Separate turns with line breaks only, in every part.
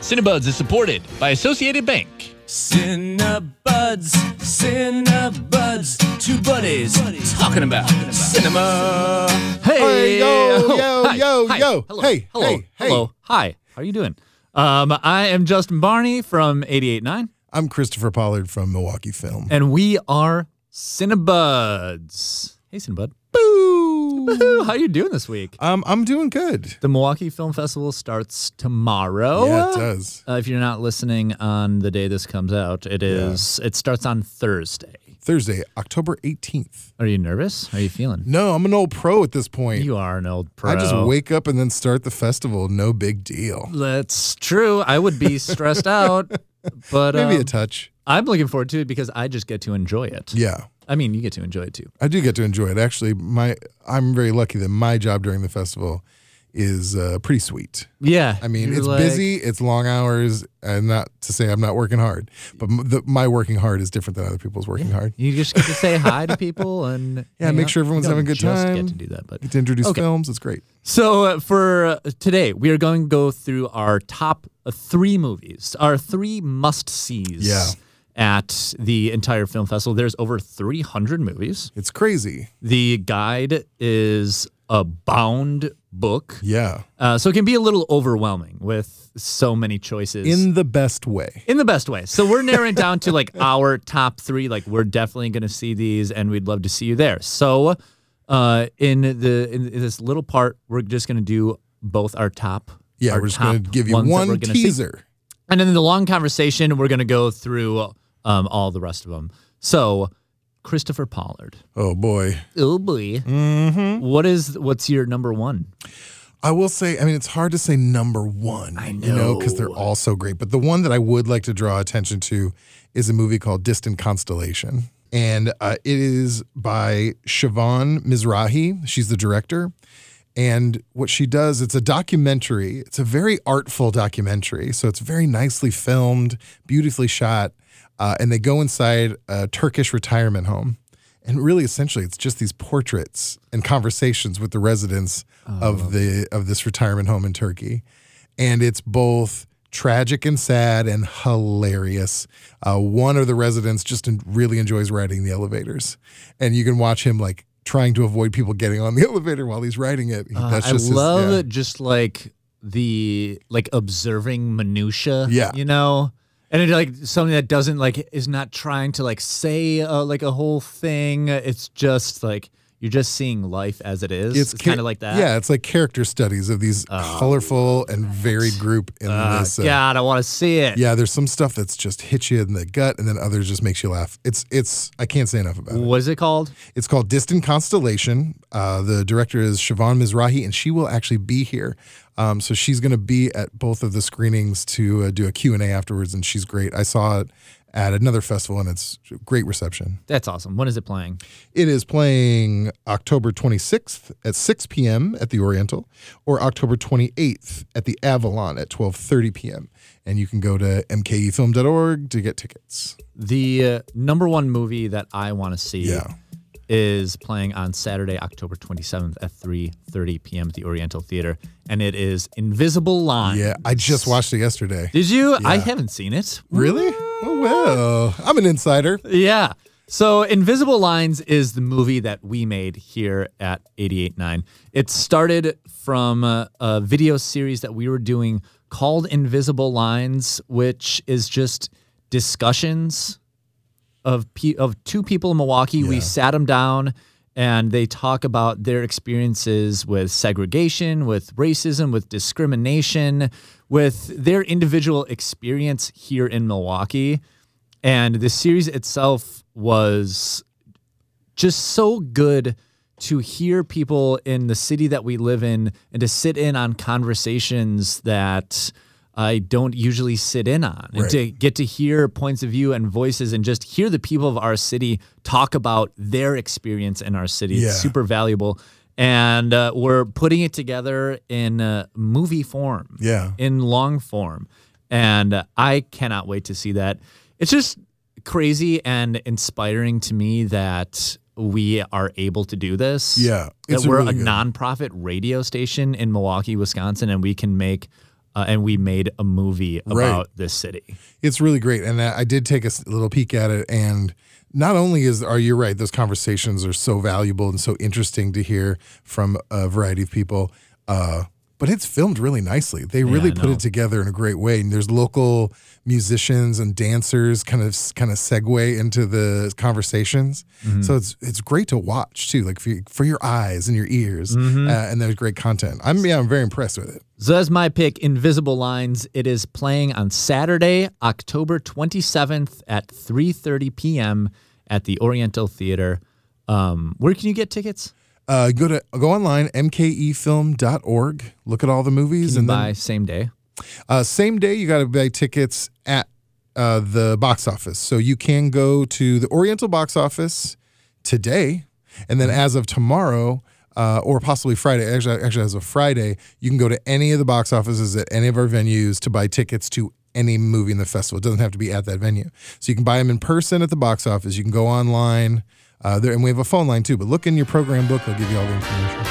Cinebuds is supported by Associated Bank.
Cinebuds, Cinebuds, two buddies, talking about cinema.
Hey, yo, yo,
oh, Hi.
yo,
Hi.
yo.
Hello.
Hey,
hello.
hey, hey.
hello. Hi. How are you doing? Um, I am Justin Barney from 88.9,
I'm Christopher Pollard from Milwaukee Film.
and we are Cinebuds. Hey, Cinebud. Boo. Boo. How you doing this week?
Um, I'm doing good.
The Milwaukee Film Festival starts tomorrow.
yeah, it does.
Uh, if you're not listening on the day this comes out, it is. It starts on Thursday.
Thursday, October 18th.
Are you nervous? How are you feeling?
No, I'm an old pro at this point.
You are an old pro.
I just wake up and then start the festival. No big deal.
That's true. I would be stressed out, but
Maybe
um,
a touch.
I'm looking forward to it because I just get to enjoy it.
Yeah.
I mean, you get to enjoy it too.
I do get to enjoy it. Actually, my I'm very lucky that my job during the festival is uh, pretty sweet.
Yeah.
I mean, it's busy, it's long hours, and not to say I'm not working hard, but m- the, my working hard is different than other people's working hard.
You just get to say hi to people and
Yeah,
hang
make
out.
sure everyone's
You don't
having a good
just
time.
Get to do that, but
Get to introduce
Okay.
films, it's great.
so uh, for uh, today, we are going to go through our top uh, three movies, our three must sees.
Yeah.
At the entire film festival, there's over 300 movies.
It's crazy.
The guide is a bound book.
Yeah.
Uh, so it can be a little overwhelming with so many choices
In the best way.
in the best way. So we're narrowing down to like our top three. Like we're definitely going to see these, and we'd love to see you there. So uh, in the in this little part, we're just going to do both our top.
Yeah,
our
we're just going to
top
give you
ones that we're
one
gonna see.
teaser.
and then in the long conversation, we're going to go through um, all the rest of them. So Christopher Pollard,
Oh, boy.
oh boy,
Mm-hmm.
What is what's your number one?
I will say, I mean, it's hard to say number one, I know, you know, because they're all so great. But the one that I would like to draw attention to is a movie called Distant Constellation. And uh, it is by Siobhan Mizrahi. She's the director. And what she does, it's a documentary. It's a very artful documentary. So it's very nicely filmed, beautifully shot. Uh, and they go inside a Turkish retirement home. And really, essentially, it's just these portraits and conversations with the residents
Oh,
of the of this retirement home in Turkey, and it's both tragic and sad and hilarious. Uh, one of the residents just en- really enjoys riding the elevators, and you can watch him like trying to avoid people getting on the elevator while he's riding it. He-
Uh,
That's just
I
his-
love
yeah.
just like the like observing minutia.
Yeah.
you know, and it like something that doesn't like is not trying to like say uh, like a whole thing. It's just like you're just seeing life as it is. It's,
cha-
kind of like that. Oh,
Yeah, it's like character studies of these colorful and varied group in
Uh,
this. uh,
God, I want to see it.
Yeah, there's some stuff that's just hits you in the gut, and then others just makes you laugh. It's it's I can't say enough about it.
What is it called?
It's called Distant Constellation. Uh, the director is Siobhan Mizrahi, and she will actually be here. Um, so she's going to be at both of the screenings to uh, do a Q and A afterwards, and she's great. I saw it at another festival, and it's great reception.
That's awesome. When is it playing?
It is playing October 26th at 6 p.m. at the Oriental, or October 28th at the Avalon at 12:30 p.m. And you can go to E mkefilm.org to get tickets.
The uh, number one movie that I want to see
Yeah.
is playing on Saturday, October 27th at 3:30 p.m. at the Oriental Theater, and it is Invisible Line.
Yeah, I just watched it yesterday.
Did you? I haven't seen it.
Really? Oh well, I'm an insider.
Yeah. So Invisible Lines is the movie that we made here at 889. It started from a, a video series that we were doing called Invisible Lines, which is just discussions of pe- of two people in Milwaukee. We sat them down and they talk about their experiences with segregation, with racism, with discrimination, with their individual experience here in Milwaukee. And the series itself was just so good to hear people in the city that we live in and to sit in on conversations that I don't usually sit in on and to get to hear points of view and voices and just hear the people of our city talk about their experience in our city.
Yeah.
It's super valuable. And uh, we're putting it together in uh, movie form
Yeah.
in long form. And uh, I cannot wait to see that. It's just crazy and inspiring to me that we are able to do this.
Yeah,
That
it's a
we're
really
a
good-
nonprofit radio station in Milwaukee, Wisconsin, and we can make uh, and we made a movie about
Right.
this city.
It's really great, and I I did take a s- little peek at it. And not only is are you right; those conversations are so valuable and so interesting to hear from a variety of people. Uh, but it's filmed really nicely. They really
I
put
know.
it together in a great way. And there's local musicians and dancers kind of kind of segue into the conversations.
Mm-hmm.
So it's it's great to watch too, like for, your- for your eyes and your ears.
Mm-hmm.
Uh, and there's great content. I'm yeah, I'm very impressed with it.
So that's my pick, Invisible Lines. It is playing on Saturday, October 27th at 3:30 p.m. at the Oriental Theater. Um, where can you get tickets?
Uh, go to go online E mkefilm.org. Look at all the
Can
movies
you
and then-
buy same day.
Uh, same day, you got to buy tickets at uh, the box office. So you can go to the Oriental box office today,
Mm-hmm.
and then as of tomorrow, uh, or possibly Friday, actually, actually, as of Friday, you can go to any of the box offices at any of our venues to buy tickets to any movie in the festival. It doesn't have to be at that venue. So you can buy them in person at the box office. You can go online. Uh, there, and we have a phone line too, but look in your program book. I'll give you all the information.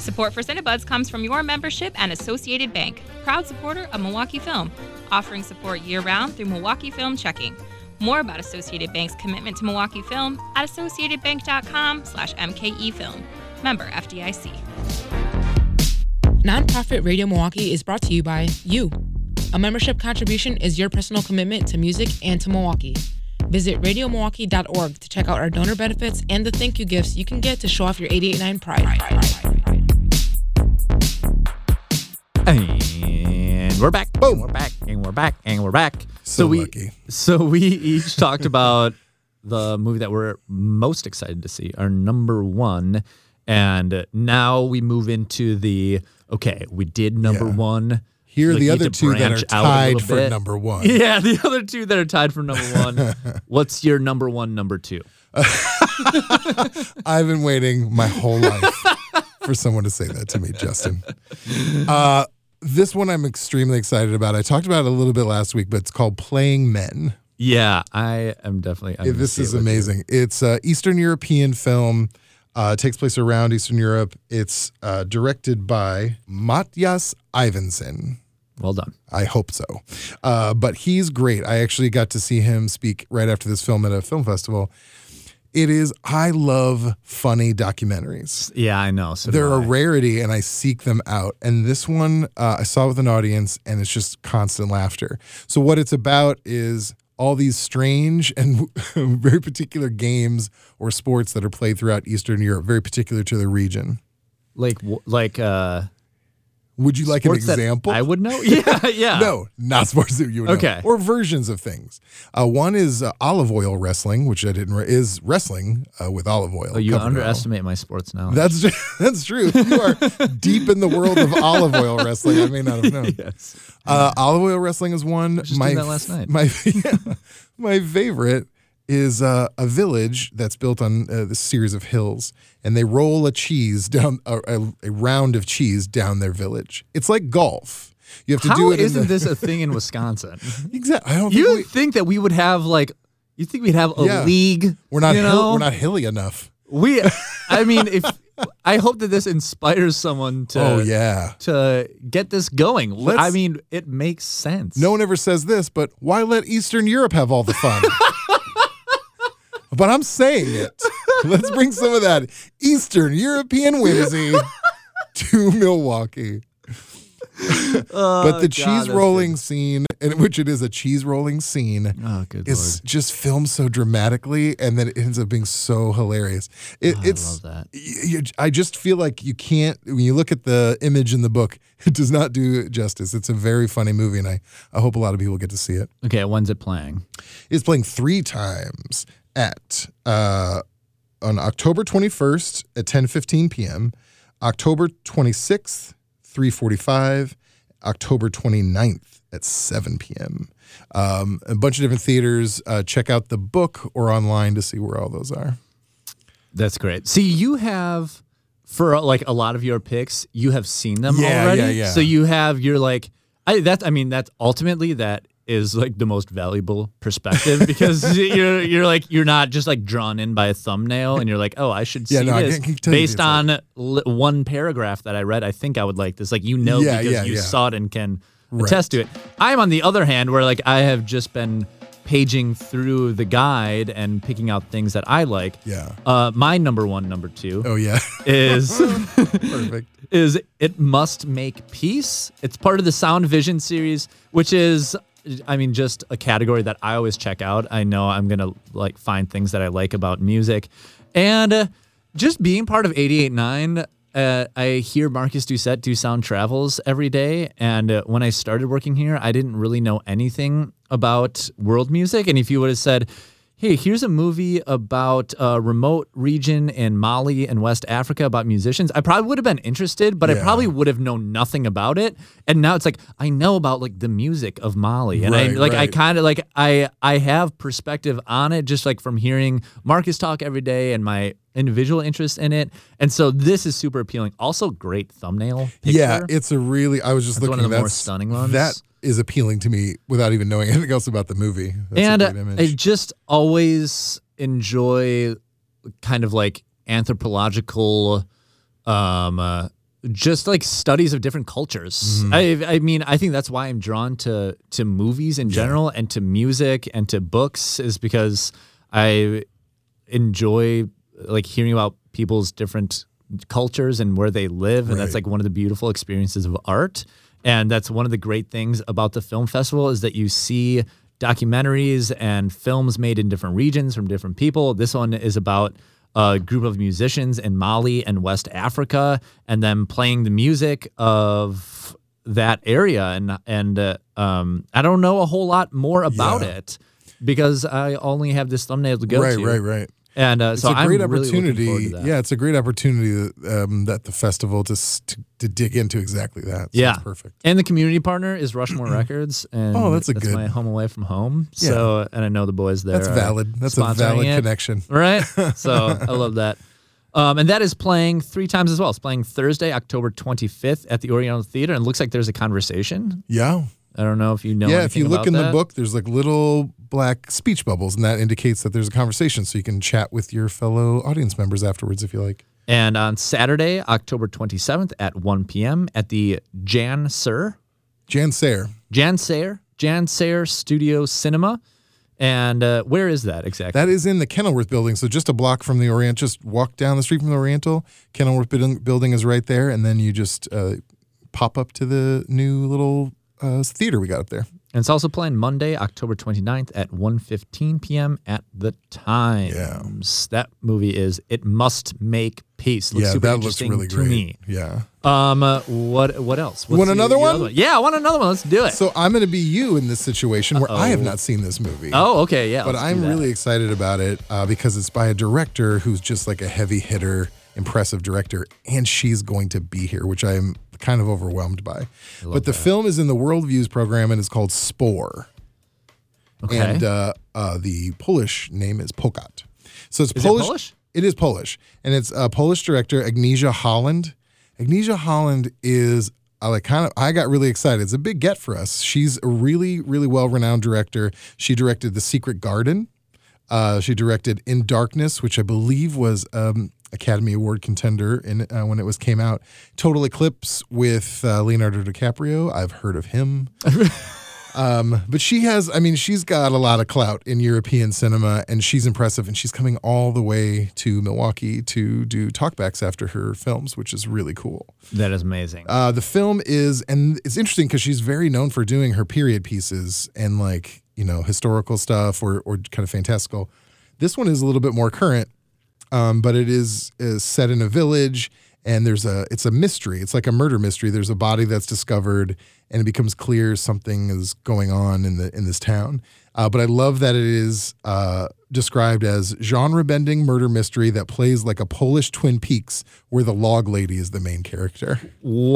Support for Cinebuds comes from your membership and Associated Bank, proud supporter of Milwaukee Film, offering support year round through Milwaukee Film Checking. More about Associated Bank's commitment to Milwaukee Film at associatedbank.com slash mkefilm. Member FDIC.
Nonprofit Radio Milwaukee is brought to you by you. A membership contribution is your personal commitment to music and to Milwaukee. Visit radiomilwaukee.org to check out our donor benefits and the thank you gifts you can get to show off your 889 pride.
And we're back.
Boom.
We're back. And we're back. And we're back.
So
we
lucky.
so we each talked about the movie that we're most excited to see, our number one. And now we move into the okay, we did number
Yeah.
one.
Here are
Like,
the
need to
other two that
branch
are
out a
tied
little
for
bit.
number one.
Yeah, the other two that are tied for number one. What's your number one, number two?
I've been waiting my whole life for someone to say that to me, Justin. Uh, this one I'm extremely excited about. I talked about it a little bit last week, but it's called Playing Men.
Yeah, I am definitely. I'm gonna
this
see it
is
with you.
amazing. It's a Eastern European film. Uh, takes place around Eastern Europe. It's uh, directed by Matthias Ivensen.
Well done.
I hope so. Uh, but he's great. I actually got to see him speak right after this film at a film festival. It is, I love funny documentaries.
Yeah, I know. So do
They're a
I.
rarity, and I seek them out. And this one uh, I saw with an audience, and it's just constant laughter. So what it's about is all these strange and very particular games or sports that are played throughout Eastern Europe, very particular to the region.
like w- like uh
Would you like
sports
an
that
example?
I would know. Yeah, yeah.
No, not sports that you would know.
Ah. Okay.
Or versions of things. Uh, one is uh, olive oil wrestling, which I didn't. Re- is wrestling uh, with olive oil.
Oh, you
covered in olive.
underestimate my sports now.
That's ju- that's true. If you are deep in the world of olive oil wrestling, I may not have known.
yes.
Uh, olive oil wrestling is one.
just doing that last night.
My my favorite is uh, a village that's built on uh, this series of hills, and they roll a cheese down a, a, a round of cheese down their village. It's like golf. You have to
How
do it. in
isn't
the-
this a thing in Wisconsin?
exactly? I don't think
you
we,
think that we would have like you think we'd have a
Yeah.
league?
we're not
You
hill-
know?
we're not hilly enough.
We. I mean, if I hope that this inspires someone to.
oh yeah.
To get this going,
Let's-
I mean, it makes sense.
No one ever says this, but why let Eastern Europe have all the fun? but I'm saying it. Let's bring some of that Eastern European whimsy to Milwaukee. but the
Oh, God, that's
cheese
good.
rolling scene, in which it is a cheese rolling scene,
Oh, good
is just filmed so dramatically, and then it ends up being so hilarious. It,
lord!
it's
Oh, I love that.
y- you, I just feel like you can't when you look at the image in the book, it does not do it justice. It's a very funny movie, and I, I hope a lot of people get to see it.
Okay, when's it playing?
It's playing three times at uh, on October 21st at 10:15 p.m., October 26th 3:45, October 29th at 7 p.m. Um, a bunch of different theaters. Uh, check out the book or online to see where all those are.
That's great. See, you have for uh, like a lot of your picks, you have seen them
Yeah,
already.
yeah, yeah.
So you have your like I that I mean that's ultimately that is like the most valuable perspective because you're you're like you're not just like drawn in by a thumbnail and you're like oh I should
Yeah,
see
no, I
this
can- can tell you
based
it's like-
on li- one paragraph that I read I think I would like this like you know
Yeah,
because
yeah,
you
yeah.
saw it and can
Right.
attest to it I'm on the other hand where like I have just been paging through the guide and picking out things that I like
Yeah.
uh my number one number two
Oh yeah,
is
perfect.
is it must make peace. It's part of the Sound Vision series, which is I mean just a category that I always check out. I know I'm going to like find things that I like about music. And uh, just being part of 889 uh, I hear Marcus Doucette do sound travels every day. And uh, when I started working here, I didn't really know anything about world music. And if you would have said, hey, here's a movie about a remote region in Mali and West Africa about musicians. I probably would have been interested, but I
Yeah.
probably would have known nothing about it. And now it's like I know about like the music of Mali, and
Right,
I like I
right.
kind of like I I have perspective on it just like from hearing Marcus talk every day and my individual interest in it. And so this is super appealing. Also, great thumbnail. Picture.
Yeah, it's a really. I was just
That's
looking.
one of the more
that's-
stunning ones.
That is appealing to me without even knowing anything else about the movie. That's
and uh,
a great image.
I just always enjoy kind of like anthropological, um, uh, just like studies of different cultures.
Mm-hmm.
I, I mean, I think that's why I'm drawn to to movies in general and to music and to books is because I enjoy like hearing about people's different cultures and where they live and that's like one of the beautiful experiences of art and that's one of the great things about the film festival is that you see documentaries and films made in different regions from different people this one is about a group of musicians in Mali and West Africa and them playing the music of that area and and uh, um, I don't know a whole lot more about
Yeah.
it because I only have this thumbnail to go
right,
to.
right, right.
And uh, so
it's a
I'm
great
really looking
opportunity.
forward to that.
Yeah, it's a great opportunity that, um, that the festival to, s- to to dig into exactly that. So
Yeah.
it's perfect.
And the community partner is Rushmore Records, and
Oh, that's a good-
my home away from home.
Yeah.
So, and I know the boys there.
That's
are
valid. That's a
sponsoring
valid
it.
connection.
right? So I love that. Um, and that is playing three times as well. It's playing Thursday, October 25th at the Oriental Theater, and it looks like there's a conversation.
Yeah,
I don't know if you know.
yeah. If you
anything about
look in the
that.
book, there's like little black speech bubbles, and that indicates that there's a conversation, so you can chat with your fellow audience members afterwards if you like.
And on Saturday, October 27th at 1 p.m. at the Jan Sir
Jan Sayre,
Jan Sayer, Jan Sayer Studio Cinema. And uh, where is that exactly?
That is in the Kenilworth building. So just a block from the Orient, just walk down the street from the Oriental. Kenilworth building, building is right there. And then you just uh, pop up to the new little uh, theater we got up there.
and it's also playing Monday, October 29th at 1.15 p.m. at the Times. That movie is It Must Make Peace. Looks
yeah,
super
that looks
interesting
really
to
great.
me.
Yeah.
Um, uh, what what else? What's
want
your-
another
your
one?
other Yeah, I want another one. Let's do it.
So I'm going to be you in this situation where I have not seen this movie.
oh, okay, yeah.
But
let's do
I'm
that.
really excited about it uh, because it's by a director who's just like a heavy hitter, impressive director, and she's going to be here, which I'm kind of overwhelmed by. But the film is in the World Views program and it's called Spore.
Okay.
And uh, uh, the Polish name is Pokat. So it's
it
Polish.
Polish?
It is Polish. And it's a Polish director, Agnesia Holland. Agnesia Holland is I like kind of I got really excited. It's a big get for us. She's a really, really well-renowned director. She directed The Secret Garden. Uh, she directed In Darkness, which I believe was um, Academy Award contender in uh, when it was came out. Total Eclipse with uh, Leonardo DiCaprio. I've heard of him. Um, but she has, I mean, she's got a lot of clout in European cinema and she's impressive. And she's coming all the way to Milwaukee to do talkbacks after her films, which is really cool.
that is amazing.
Uh, the film is, and it's interesting because she's very known for doing her period pieces and like, you know, historical stuff or, or kind of fantastical. This one is a little bit more current, um, but it is, is set in a village and there's a, it's a mystery. It's like a murder mystery. There's a body that's discovered and it becomes clear something is going on in the, in this town. Uh, but I love that it is uh, described as genre bending murder mystery that plays like a Polish Twin Peaks where the log lady is the main character.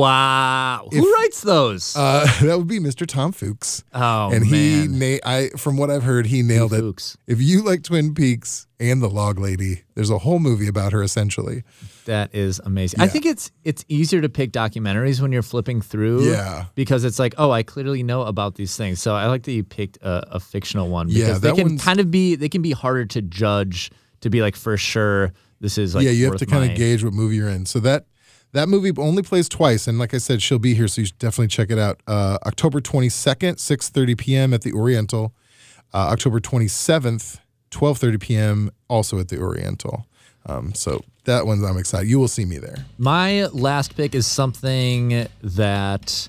wow. Who writes those?
Uh, that would be Mr. Tom Fuchs.
oh
and he,
man.
na- I from what I've heard, he nailed it.
Fuchs.
If you like Twin Peaks and The Log Lady, there's a whole movie about her essentially.
That is amazing. I
Yeah.
think it's it's easier to pick documentaries when you're flipping through.
Yeah.
Because it's like, oh, I clearly know about these things. So I like that you picked a, a fictional one
Yeah,
because they
that
can
one's-
kind of be they can be harder to judge to be like for sure this is like
yeah, you have
worth
to kind
my-
of gauge what movie you're in. So that that movie only plays twice, and like I said, she'll be here, so you should definitely check it out. Uh, October 22nd, 6:30 p.m. at the Oriental. Uh, October 27th, 12:30 p.m. also at the Oriental. Um, so that one's I'm excited. You will see me there.
My last pick is something that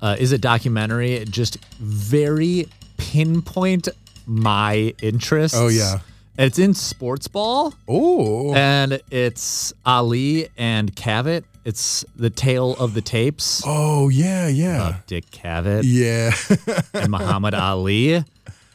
uh, is a documentary, just very pinpoint my interests.
Oh, yeah.
It's in sports ball,
Oh,
and it's Ali and Cavett. It's the tale of the tapes.
oh yeah, yeah,
of Dick Cavett
yeah.
and Muhammad Ali.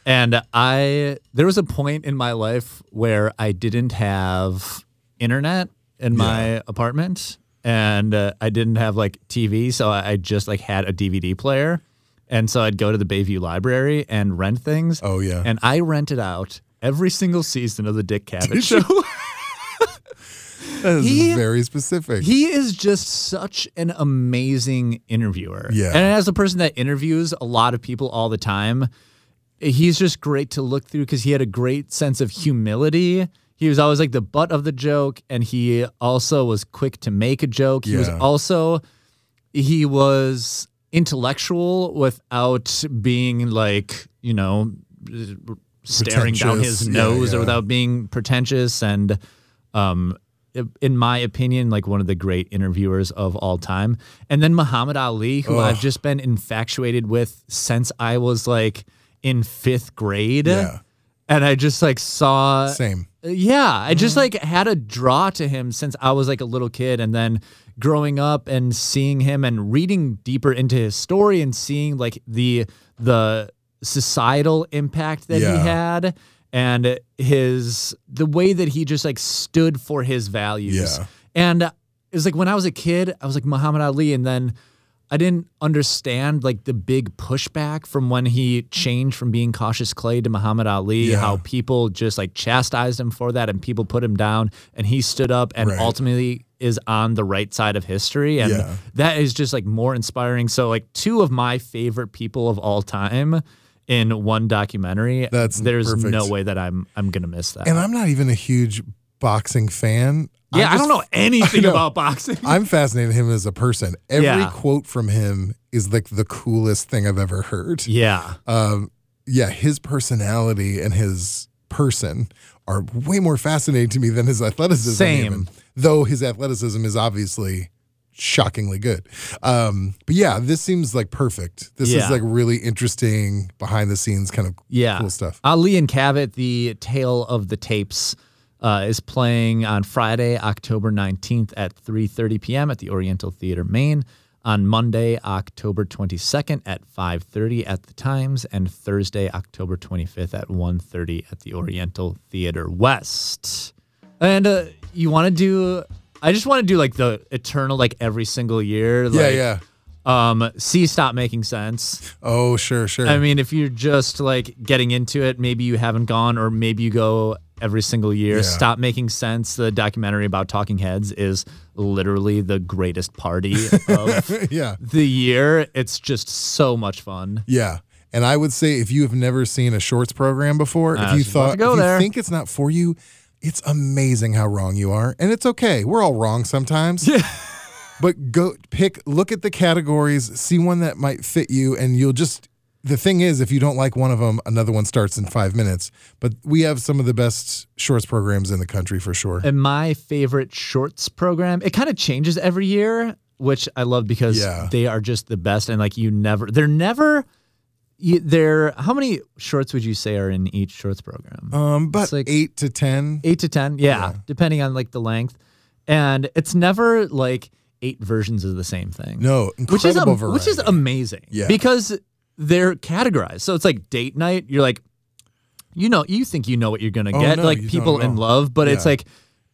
And I, there was a point in my life where I didn't have internet in my apartment and uh, I didn't have like TV. So I, I just like had a DVD player. And so I'd go to the Bayview Library and rent things.
Oh, yeah.
And I rented out every single season of the Dick Cavett show.
that is
He-
very specific.
He is just such an amazing interviewer.
Yeah.
And as a person that interviews a lot of people all the time, he's just great to look through because he had a great sense of humility. He was always like the butt of the joke, and he also was quick to make a joke. He was
Yeah.
also he was intellectual without being like you know staring down
Pretentious.
his
Yeah,
nose
yeah.
or without being pretentious and um i- in my opinion like one of the great interviewers of all time and then muhammad ali who i've just been infatuated with since i was like in fifth grade
Yeah.
and i just like saw
Same.
yeah, I
Mm.
just like had a draw to him since I was like a little kid, and then growing up and seeing him and reading deeper into his story and seeing like the the societal impact that
Yeah.
he had and his the way that he just like stood for his values.
Yeah.
And it was like when I was a kid, I was like Muhammad Ali, and then I didn't understand like the big pushback from when he changed from being Cautious Clay to Muhammad Ali,
Yeah.
how people just like chastised him for that and people put him down and he stood up and
Right.
ultimately is on the right side of history and
Yeah.
that is just like more inspiring so like two of my favorite people of all time in one documentary
That's
there's
perfect.
no way that I'm I'm going to miss that
And I'm not even a huge boxing fan.
yeah I
just
don't know anything
know.
about boxing
I'm fascinated with him as a person. Every
Yeah.
quote from him is like the coolest thing I've ever heard.
yeah
Um, yeah, his personality and his person are way more fascinating to me than his athleticism.
Same.
even, though his athleticism is obviously shockingly good. Um, but yeah, this seems like perfect. This
Yeah.
is like really interesting behind the scenes kind of
Yeah.
cool stuff.
Ali and Cavett, the tale of the tapes, uh, is playing on Friday, October 19th at 3.30 p.m. at the Oriental Theater, Maine. On Monday, October 22nd at 5.30 at the Times. And Thursday, October 25th at 1.30 at the Oriental Theater West. And uh, you want to do... I just want to do like the eternal, like every single year.
Yeah,
Like,
yeah.
Um, see, stop making sense.
Oh, sure, sure.
I mean, if you're just like getting into it, maybe you haven't gone, or maybe you go every single year.
Yeah.
Stop making sense. The documentary about Talking Heads is literally the greatest party of
yeah.
the year. It's just so much fun.
Yeah. And I would say if you have never seen a shorts program before,
I
if you
was about to
thought
go
if you
there.
think it's not for you, it's amazing how wrong you are. And it's okay. We're all wrong sometimes. Yeah. But go pick look at the categories, see one that might fit you and you'll just the thing is if you don't like one of them, another one starts in 5 minutes. But we have some of the best shorts programs in the country for sure.
And my favorite shorts program, it kind of changes every year, which I love because
Yeah.
they are just the best. And like, you never, they're never. You, they're how many shorts would you say are in each shorts program?
Um but
It's like-
8 to 10.
eight to ten yeah, depending on like the length and it's never like eight versions of the same thing
No, incredible
which is am-
variety.
which is amazing
Yeah.
because they're categorized so it's like date night you're like you know you think you know what you're gonna
Oh,
get
no, you
like
don't
people in
know.
love but it's
Yeah.
like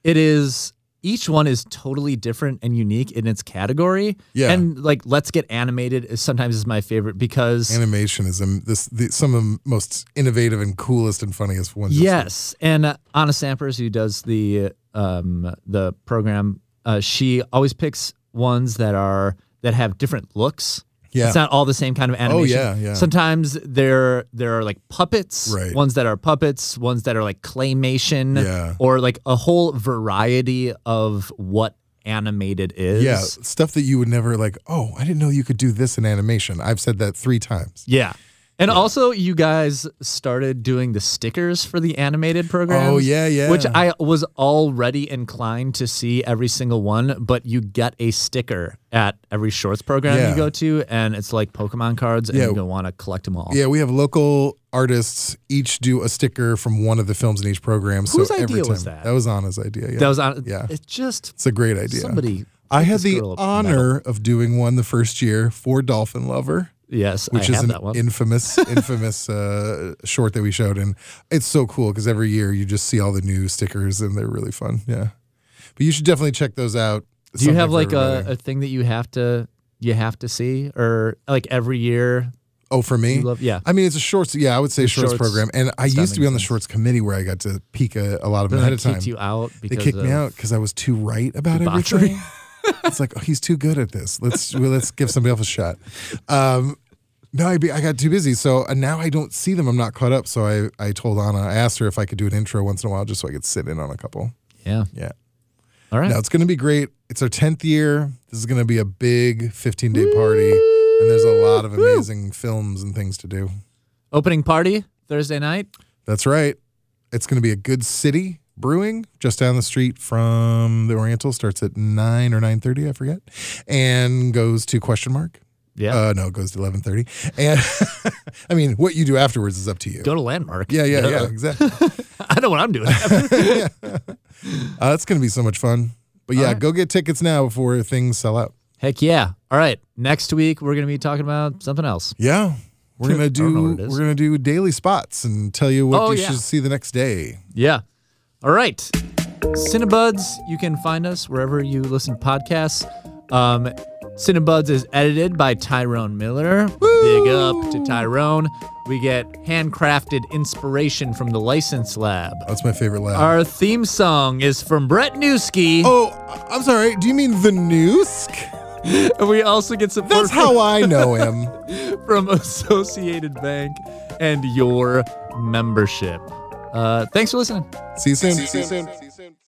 it is each one is totally different and unique in its category
Yeah.
and like let's get animated is sometimes is my favorite because
Animation is um, this the, some of the most innovative and coolest and funniest ones. you'll see.
Yes, and uh, Anna Sampers, who does the um, the program, uh, she always picks ones that are that have different looks.
Yeah. Oh,
It's not all the same kind of animation.
yeah, yeah.
Sometimes there there are like puppets,
Right.
ones that are puppets, ones that are like claymation,
Yeah.
or like a whole variety of what animated is.
Yeah, stuff that you would never like. Oh, I didn't know you could do this in animation. I've said that three times.
Yeah. And also, you guys started doing the stickers for the animated programs.
Oh, yeah, yeah.
Which I was already inclined to see every single one, but you get a sticker at every shorts program
Yeah.
you go to, and it's like Pokemon cards, and
Yeah.
you're gonna want to collect them all.
Yeah, we have local artists each do a sticker from one of the films in each program.
Whose
so every
idea
time,
was that?
That was Anna's idea. Yeah.
That was on.
Yeah.
It's
it's
just
a great idea.
somebody.
I
get
had
this
the
girl a medal.
honor of doing one the first year for Dolphin Lover,
Yes,
which
I
is
have
an
that one.
infamous, infamous uh, short that we showed, and it's so cool because every year you just see all the new stickers and they're really fun. Yeah, but you should definitely check those out.
Do you have
Something
like
for
a,
everybody.
a thing that you have to you have to see, or like every year?
oh for me?
You love, yeah.
I mean, it's a shorts. Yeah, I would say shorts,
shorts
program, and I
stuff
used to be on the
makes sense.
shorts committee where I got to peek a, a lot of them
Then
ahead
they
of time.
kicked you out
They
because
kicked me
of-
out because I was too right about
debauchery.
everything. it's like oh, he's too good at this. Let's well, let's give somebody else a shot. Um, no, I, be, I got too busy, so and now I don't see them. I'm not caught up. So I I told Anna, I asked her if I could do an intro once in a while just so I could sit in on a couple.
Yeah.
Yeah.
All right.
Now it's going to be great. It's our 10th year. This is going to be a big 15 day party, and there's a lot of amazing films and things to do.
Opening party Thursday night.
That's right. It's going to be a good city brewing just down the street from the Oriental. Starts at nine or nine thirty, I forget, and goes to question mark.
Yeah.
Uh, no, it goes to eleven thirty. And I mean, what you do afterwards is up to you.
Go to Landmark.
yeah, yeah,
Duh.
yeah, exactly.
I know what I'm doing.
Uh, that's going to be so much fun. But yeah, go get tickets now before things sell out.
Heck yeah. All right. Next week, we're going to be talking about something else.
Yeah. We're gonna
don't know what it
do
is.
we're gonna do daily spots and tell you what
Oh,
you
yeah.
should see the next day.
Yeah. All right. Cinebuds, you can find us wherever you listen to podcasts. Um, Cinebuds is edited by Tyrone Miller. Big up to Tyrone. We get handcrafted inspiration from the License Lab.
That's my favorite laugh.
Our theme song is from Brett Newski.
Oh, I- I'm sorry. Do you mean the Noosk?
And we also get support
That's
from-
how I know him.
from Associated Bank and your membership. Uh, thanks for listening.
See you soon. See you soon.